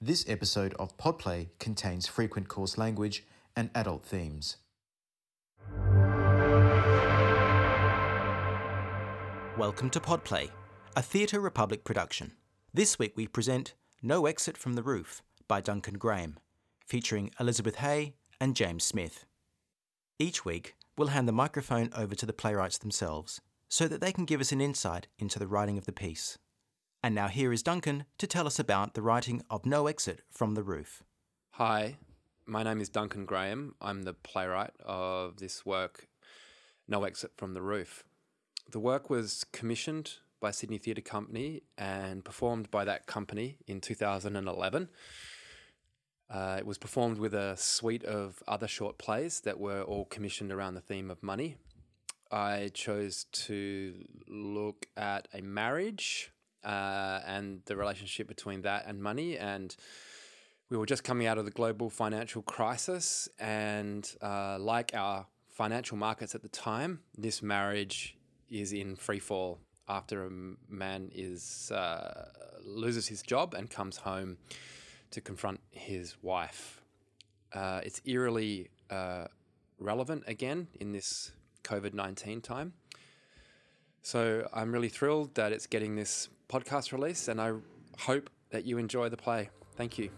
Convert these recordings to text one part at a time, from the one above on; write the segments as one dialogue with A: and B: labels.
A: This episode of Podplay contains frequent coarse language and adult themes.
B: Welcome to Podplay, a Theatre Republic production. This week we present No Exit from the Roof by Duncan Graham, featuring Elizabeth Hay and James Smith. Each week we'll hand the microphone over to the playwrights themselves so that they can give us an insight into the writing of the piece. And now here is Duncan to tell us about the writing of No Exit from the Roof.
C: Hi, my name is Duncan Graham. I'm the playwright of this work, No Exit from the Roof. The work was commissioned by Sydney Theatre Company and performed by that company in 2011. Uh, it was performed with a suite of other short plays that were all commissioned around the theme of money. I chose to look at a marriage uh, and the relationship between that and money and we were just coming out of the global financial crisis, and uh, like our financial markets at the time, this marriage is in free fall after a m- man is uh, loses his job and comes home to confront his wife. Uh, it's eerily uh, relevant again in this COVID nineteen time. So I'm really thrilled that it's getting this podcast release, and I hope that you enjoy the play. Thank you.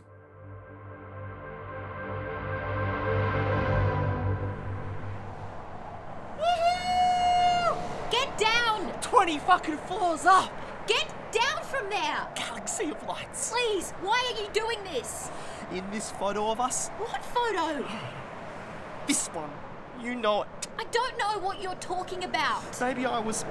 D: Woohoo! Get down!
E: 20 fucking floors up!
D: Get down from there!
E: Galaxy of lights!
D: Please, why are you doing this?
E: In this photo of us,
D: What photo?
E: this one, you know it.
D: I don't know what you're talking about.
E: Maybe I was.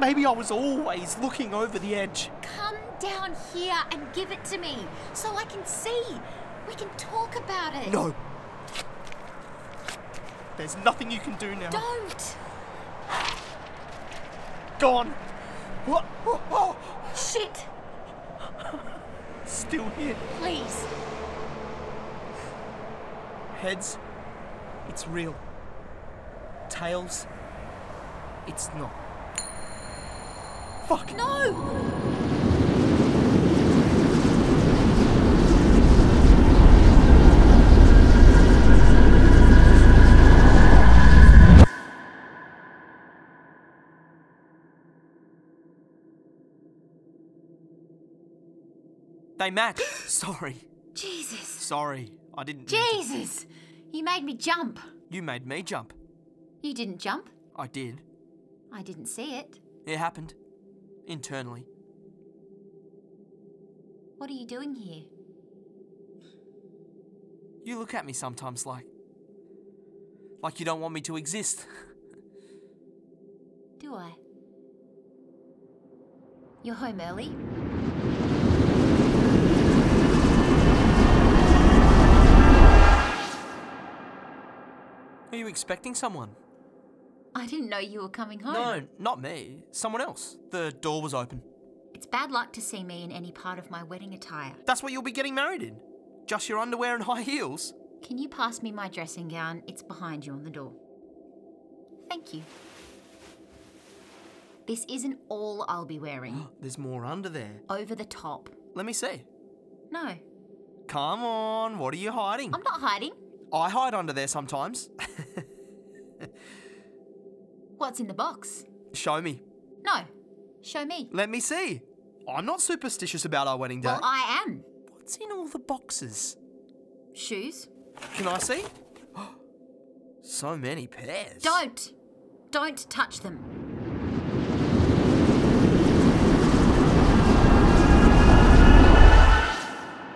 E: Maybe I was always looking over the edge.
D: Come down here and give it to me so I can see. We can talk about it.
E: No! There's nothing you can do now.
D: Don't!
E: Gone! What? Oh, oh,
D: Shit!
E: Still here.
D: Please.
E: Heads, it's real. Tails, it's not. Fuck!
D: No!
E: They match! Sorry.
D: Jesus.
E: Sorry. I didn't. mean to-
D: Jesus! You made me jump.
E: You made me jump.
D: You didn't jump.
E: I did.
D: I didn't see it.
E: It happened. Internally.
D: What are you doing here?
E: You look at me sometimes like. like you don't want me to exist.
D: Do I? You're home early?
E: Are you expecting someone?
D: I didn't know you were coming home.
E: No, not me. Someone else. The door was open.
D: It's bad luck to see me in any part of my wedding attire.
E: That's what you'll be getting married in. Just your underwear and high heels.
D: Can you pass me my dressing gown? It's behind you on the door. Thank you. This isn't all I'll be wearing.
E: There's more under there.
D: Over the top.
E: Let me see.
D: No,
E: Come on, what are you hiding?
D: I'm not hiding.
E: I hide under there sometimes.
D: What's in the box?
E: Show me.
D: No. Show me.
E: Let me see. I'm not superstitious about our wedding day.
D: Well, I am.
E: What's in all the boxes?
D: Shoes?
E: Can I see? so many pairs.
D: Don't. Don't touch them.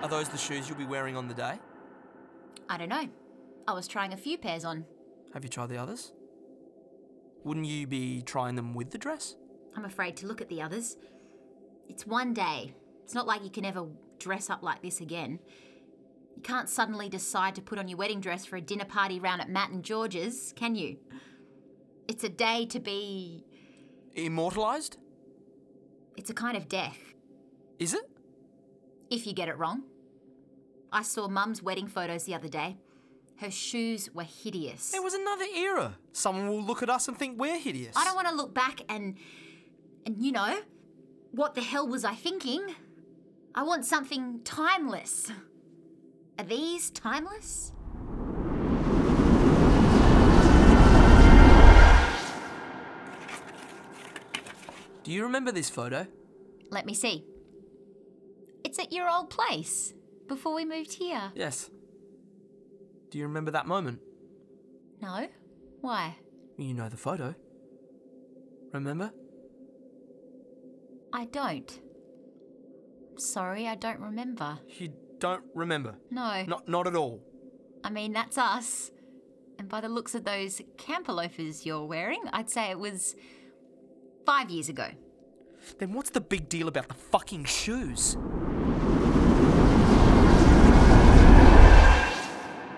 E: Are those the shoes you'll be wearing on the day?
D: I don't know. I was trying a few pairs on.
E: Have you tried the others? Wouldn't you be trying them with the dress?
D: I'm afraid to look at the others. It's one day. It's not like you can ever dress up like this again. You can't suddenly decide to put on your wedding dress for a dinner party round at Matt and George's, can you? It's a day to be.
E: Immortalized?
D: It's a kind of death,
E: Is it?
D: if you get it wrong. I saw Mum's wedding photos the other day. Her shoes were hideous.
E: It was another era. Someone will look at us and think we're hideous.
D: I don't want to look back and. and you know, what the hell was I thinking? I want something timeless. Are these timeless?
E: Do you remember this photo?
D: Let me see. It's at your old place before we moved here.
E: Yes. Do you remember that moment?
D: No? Why?
E: You know the photo. Remember?
D: I don't. Sorry, I don't remember.
E: You don't remember.
D: No.
E: Not not at all.
D: I mean, that's us. And by the looks of those camper loafers you're wearing, I'd say it was five years ago.
E: Then what's the big deal about the fucking shoes?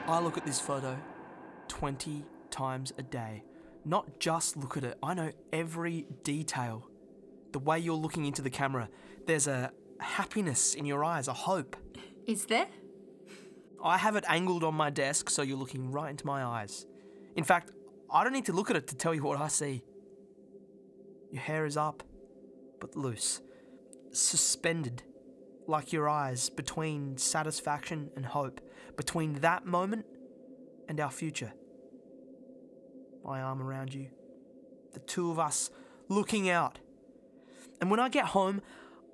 E: I look at this photo 20 times a day. Not just look at it, I know every detail. The way you're looking into the camera, there's a happiness in your eyes, a hope.
D: Is there?
E: I have it angled on my desk so you're looking right into my eyes. In fact, I don't need to look at it to tell you what I see. Your hair is up, but loose, suspended, like your eyes, between satisfaction and hope, between that moment and our future. My arm around you, the two of us looking out. And when I get home,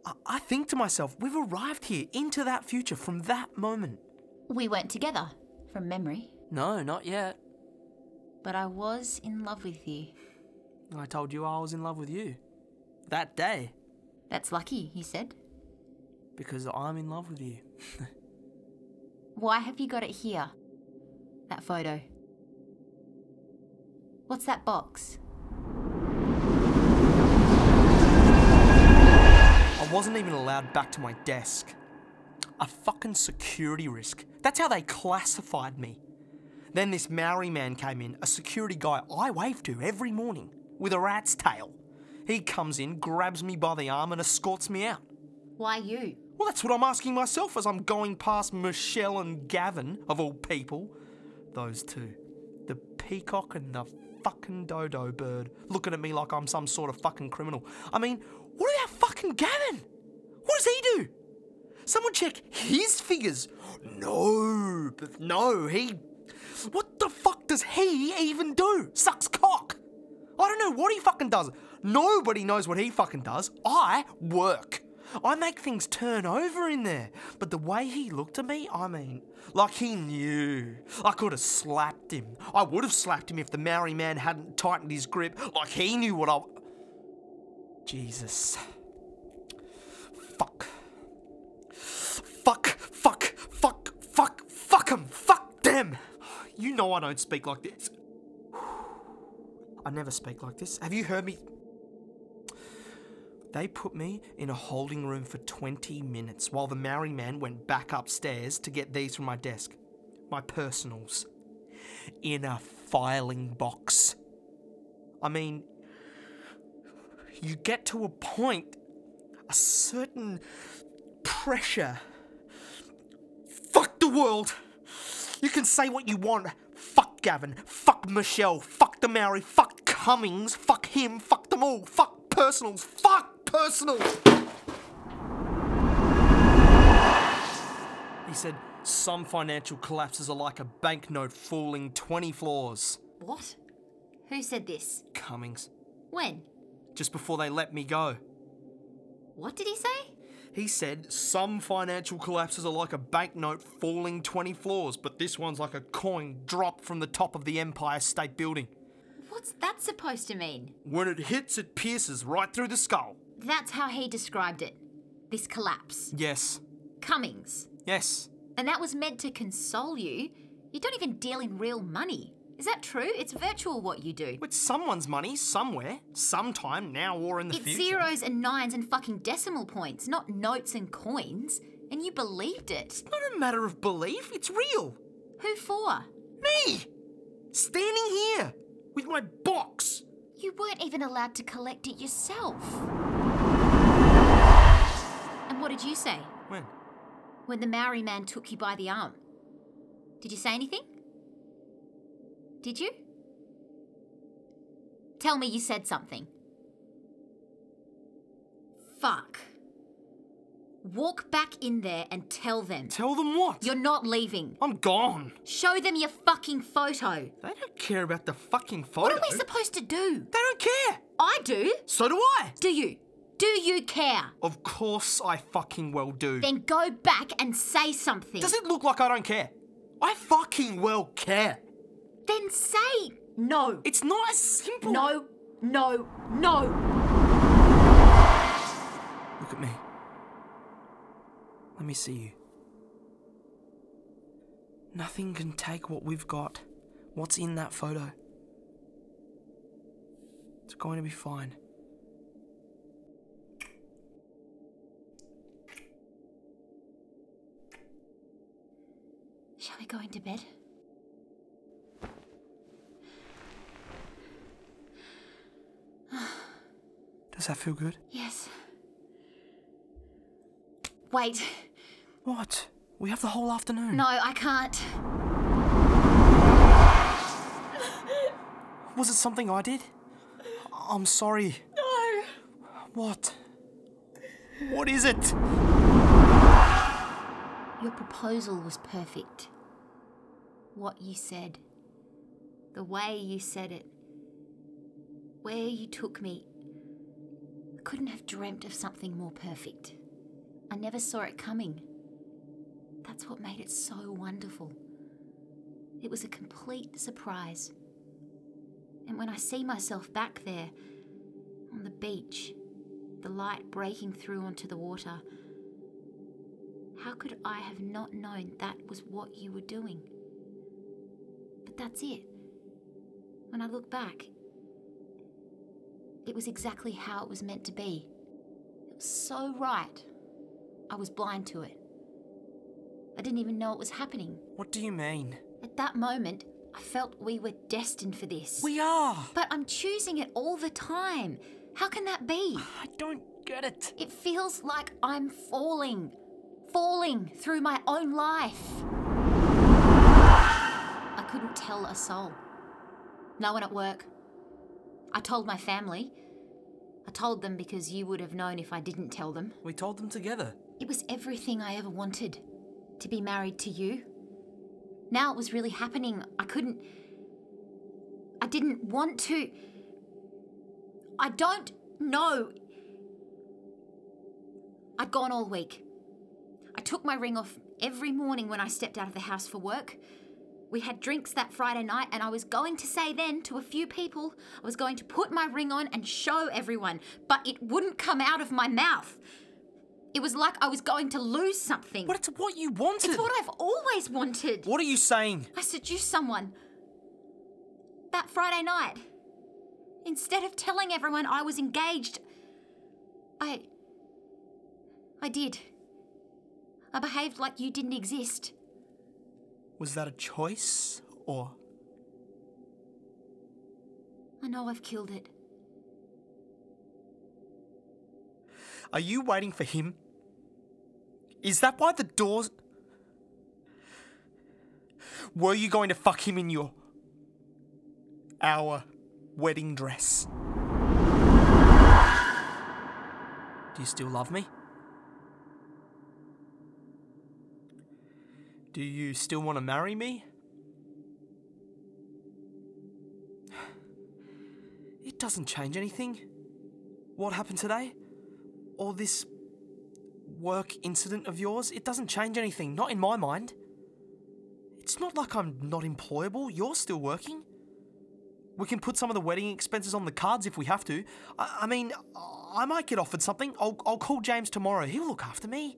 E: I, I think to myself, we've arrived here into that future from that moment.
D: We weren't together, from memory.
E: No, not yet.
D: But I was in love with you.
E: I told you I was in love with you. That day.
D: That's lucky, he said.
E: Because I'm in love with you.
D: Why have you got it here? That photo. What's that box?
E: I wasn't even allowed back to my desk. A fucking security risk. That's how they classified me. Then this Maori man came in, a security guy I wave to every morning with a rat's tail. He comes in, grabs me by the arm, and escorts me out.
D: Why you?
E: Well, that's what I'm asking myself as I'm going past Michelle and Gavin, of all people. Those two. The peacock and the fucking dodo bird looking at me like I'm some sort of fucking criminal. I mean, what about fucking Gavin? What does he do? Someone check his figures. No, but no, he. What the fuck does he even do? Sucks cock. I don't know what he fucking does. Nobody knows what he fucking does. I work. I make things turn over in there. But the way he looked at me, I mean, like he knew. I could have slapped him. I would have slapped him if the Maori man hadn't tightened his grip, like he knew what I. Jesus. Fuck. Fuck, fuck, fuck, fuck, fuck 'em, fuck them. You know I don't speak like this. I never speak like this. Have you heard me? They put me in a holding room for 20 minutes while the Maori man went back upstairs to get these from my desk. My personals. In a filing box. I mean, you get to a point, a certain pressure. Fuck the world! You can say what you want. Fuck Gavin. Fuck Michelle. Fuck the Maori. Fuck Cummings. Fuck him. Fuck them all. Fuck personals. Fuck personals. He said some financial collapses are like a banknote falling 20 floors.
D: What? Who said this?
E: Cummings.
D: When?
E: Just before they let me go.
D: What did he say?
E: He said some financial collapses are like a banknote falling 20 floors, but this one's like a coin dropped from the top of the Empire State Building.
D: What's that supposed to mean?
E: When it hits, it pierces right through the skull.
D: That's how he described it. This collapse.
E: Yes.
D: Cummings.
E: Yes.
D: And that was meant to console you. You don't even deal in real money. Is that true? It's virtual what you do.
E: With someone's money, somewhere, sometime, now or in the
D: It's
E: future.
D: zeros and nines and fucking decimal points, not notes and coins. And you believed it.
E: Not a matter of belief, it's real.
D: Who for?
E: Me! Standing here with my box.
D: You weren't even allowed to collect it yourself. And what did you say
E: When?
D: when the Maori man took you by the arm? Did you say anything? Did you? Tell me you said something. Fuck. Walk back in there and tell them.
E: Tell them what?
D: You're not leaving.
E: I'm gone.
D: Show them your fucking photo.
E: They don't care about the fucking photo.
D: What are we supposed to do?
E: they don't care.
D: I do.
E: So do I.
D: Do you? Do you care?
E: Of course I fucking well do.
D: Then go back and say something.
E: Does it look like I don't care? I fucking well care.
D: Then say no.
E: It's not as simple.
D: No, no, no.
E: Look at me. Let me see you. Nothing can take what we've got. What's in that photo? It's going to be fine.
D: Shall we go into bed?
E: Does that feel good?
D: Yes. Wait.
E: What? We have the whole afternoon.
D: No, I can't.
E: Was it something I did? I'm sorry. No. What? What is it?
D: Your proposal was perfect. What you said, the way you said it, where you took me. I couldn't have dreamt of something more perfect. I never saw it coming. That's what made it so wonderful. It was a complete surprise. And when I see myself back there, on the beach, the light breaking through onto the water, how could I have not known that was what you were doing? But that's it. When I look back, it was exactly how it was meant to be. It was so right. I was blind to it. I didn't even know it was happening.
E: What do you mean?
D: At that moment, I felt we were destined for this.
E: We are.
D: but I'm choosing it all the time. How can that be?
E: I don't get it.
D: It feels like I'm falling, falling through my own life. I couldn't tell a soul. No one at work. I told my family. I told them because you would have known if I didn't tell them.
E: We told them together.
D: It was everything I ever wanted to be married to you. Now it was really happening. I couldn't. I didn't want to. I don't know. I'd gone all week. I took my ring off every morning when I stepped out of the house for work. We had drinks that Friday night, and I was going to say then to a few people, I was going to put my ring on and show everyone, but it wouldn't come out of my mouth. It was like I was going to lose something.
E: But it's what you wanted.
D: It's what I've always wanted.
E: What are you saying?
D: I seduced someone. That Friday night. Instead of telling everyone I was engaged, I. I did. I behaved like you didn't exist.
E: Was that a choice or
D: I know I've killed it.
E: are you waiting for him? Is that why the doors Were you going to fuck him in your our wedding dress? Do you still love me? Do you still want to marry me? It doesn't change anything. What happened today? Or this work incident of yours? It doesn't change anything, not in my mind. It's not like I'm not employable. You're still working. We can put some of the wedding expenses on the cards if we have to. I, I mean, I might get offered something. I'll, I'll call James tomorrow. He'll look after me.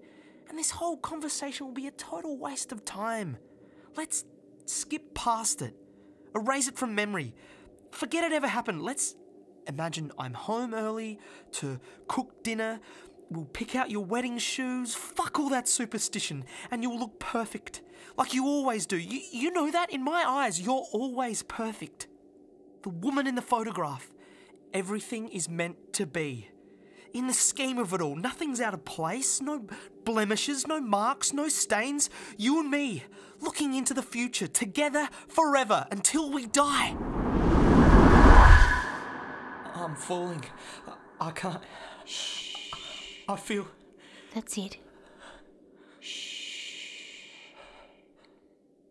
E: And this whole conversation will be a total waste of time. Let's skip past it, erase it from memory, forget it ever happened. Let's imagine I'm home early to cook dinner. We'll pick out your wedding shoes. Fuck all that superstition, and you'll look perfect, like you always do. You, you know that in my eyes, you're always perfect the woman in the photograph. Everything is meant to be. In the scheme of it all, nothing's out of place, no blemishes, no marks, no stains. You and me, looking into the future, together forever until we die. I'm falling. I- I can't. I feel.
D: That's it.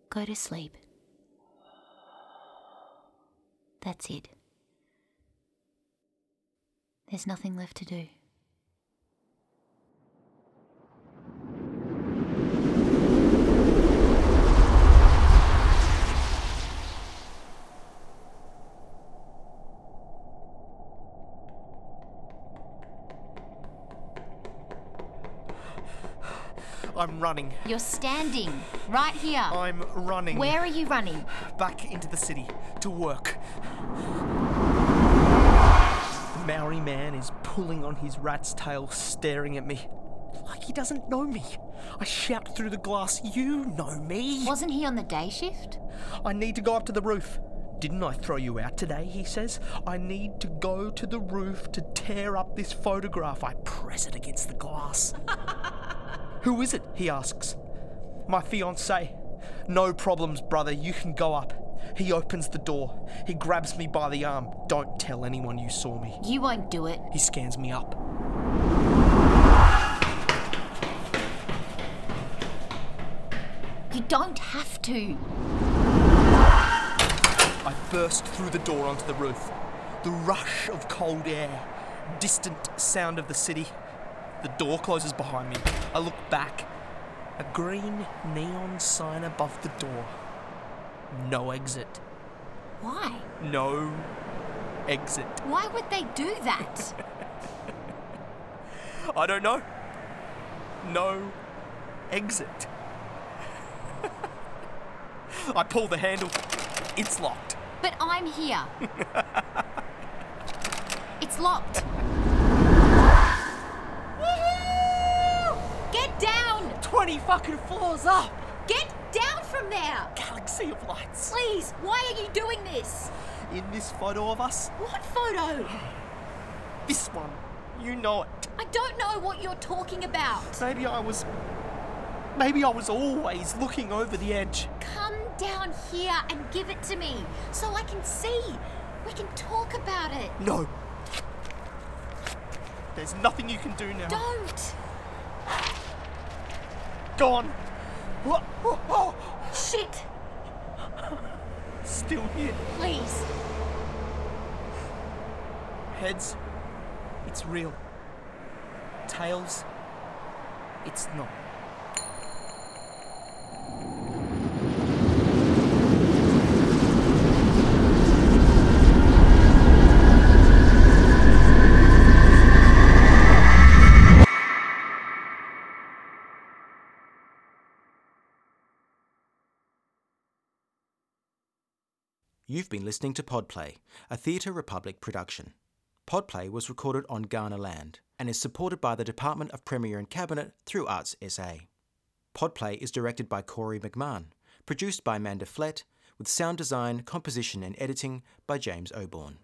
D: go to sleep. That's it. There's nothing left to do.
E: I'm running.
D: You're standing right here.
E: I'm running.
D: Where are you running?
E: Back into the city to work. The Maori man is pulling on his rat's tail, staring at me. Like he doesn't know me. I shout through the glass, You know me.
D: Wasn't he on the day shift?
E: I need to go up to the roof. Didn't I throw you out today? He says. I need to go to the roof to tear up this photograph. I press it against the glass. Who is it? He asks. My fiance. No problems, brother. You can go up. He opens the door. He grabs me by the arm. Don't tell anyone you saw me.
D: You won't do it.
E: He scans me up.
D: You don't have to.
E: I burst through the door onto the roof. The rush of cold air, distant sound of the city. The door closes behind me. I look back. A green neon sign above the door. No exit.
D: Why?
E: No exit.
D: Why would they do that?
E: I don't know. No exit. I pull the handle. It's locked.
D: but I'm here. it's locked. Woohoo! Get down!
E: 20 fucking floors up!
D: Get down from there!
E: Galaxy of lights.
D: Please, why are you doing this?
E: In this photo of us,
D: What photo?
E: this one. You know it.
D: I don't know what you're talking about.
E: Maybe I was. Maybe I was always looking over the edge.
D: Come down here and give it to me so I can see. We can talk about it.
E: No. There's nothing you can do now.
D: Don't!
E: Gone. Wha- oh, oh,
D: Shit!
E: Still here.
D: Please.
E: Heads, it's real. Tails, it's not.
B: You've been listening to Podplay, a Theatre Republic production. Podplay was recorded on Ghana land and is supported by the Department of Premier and Cabinet through Arts SA. Podplay is directed by Corey McMahon, produced by Amanda Flett, with sound design, composition, and editing by James Oborne.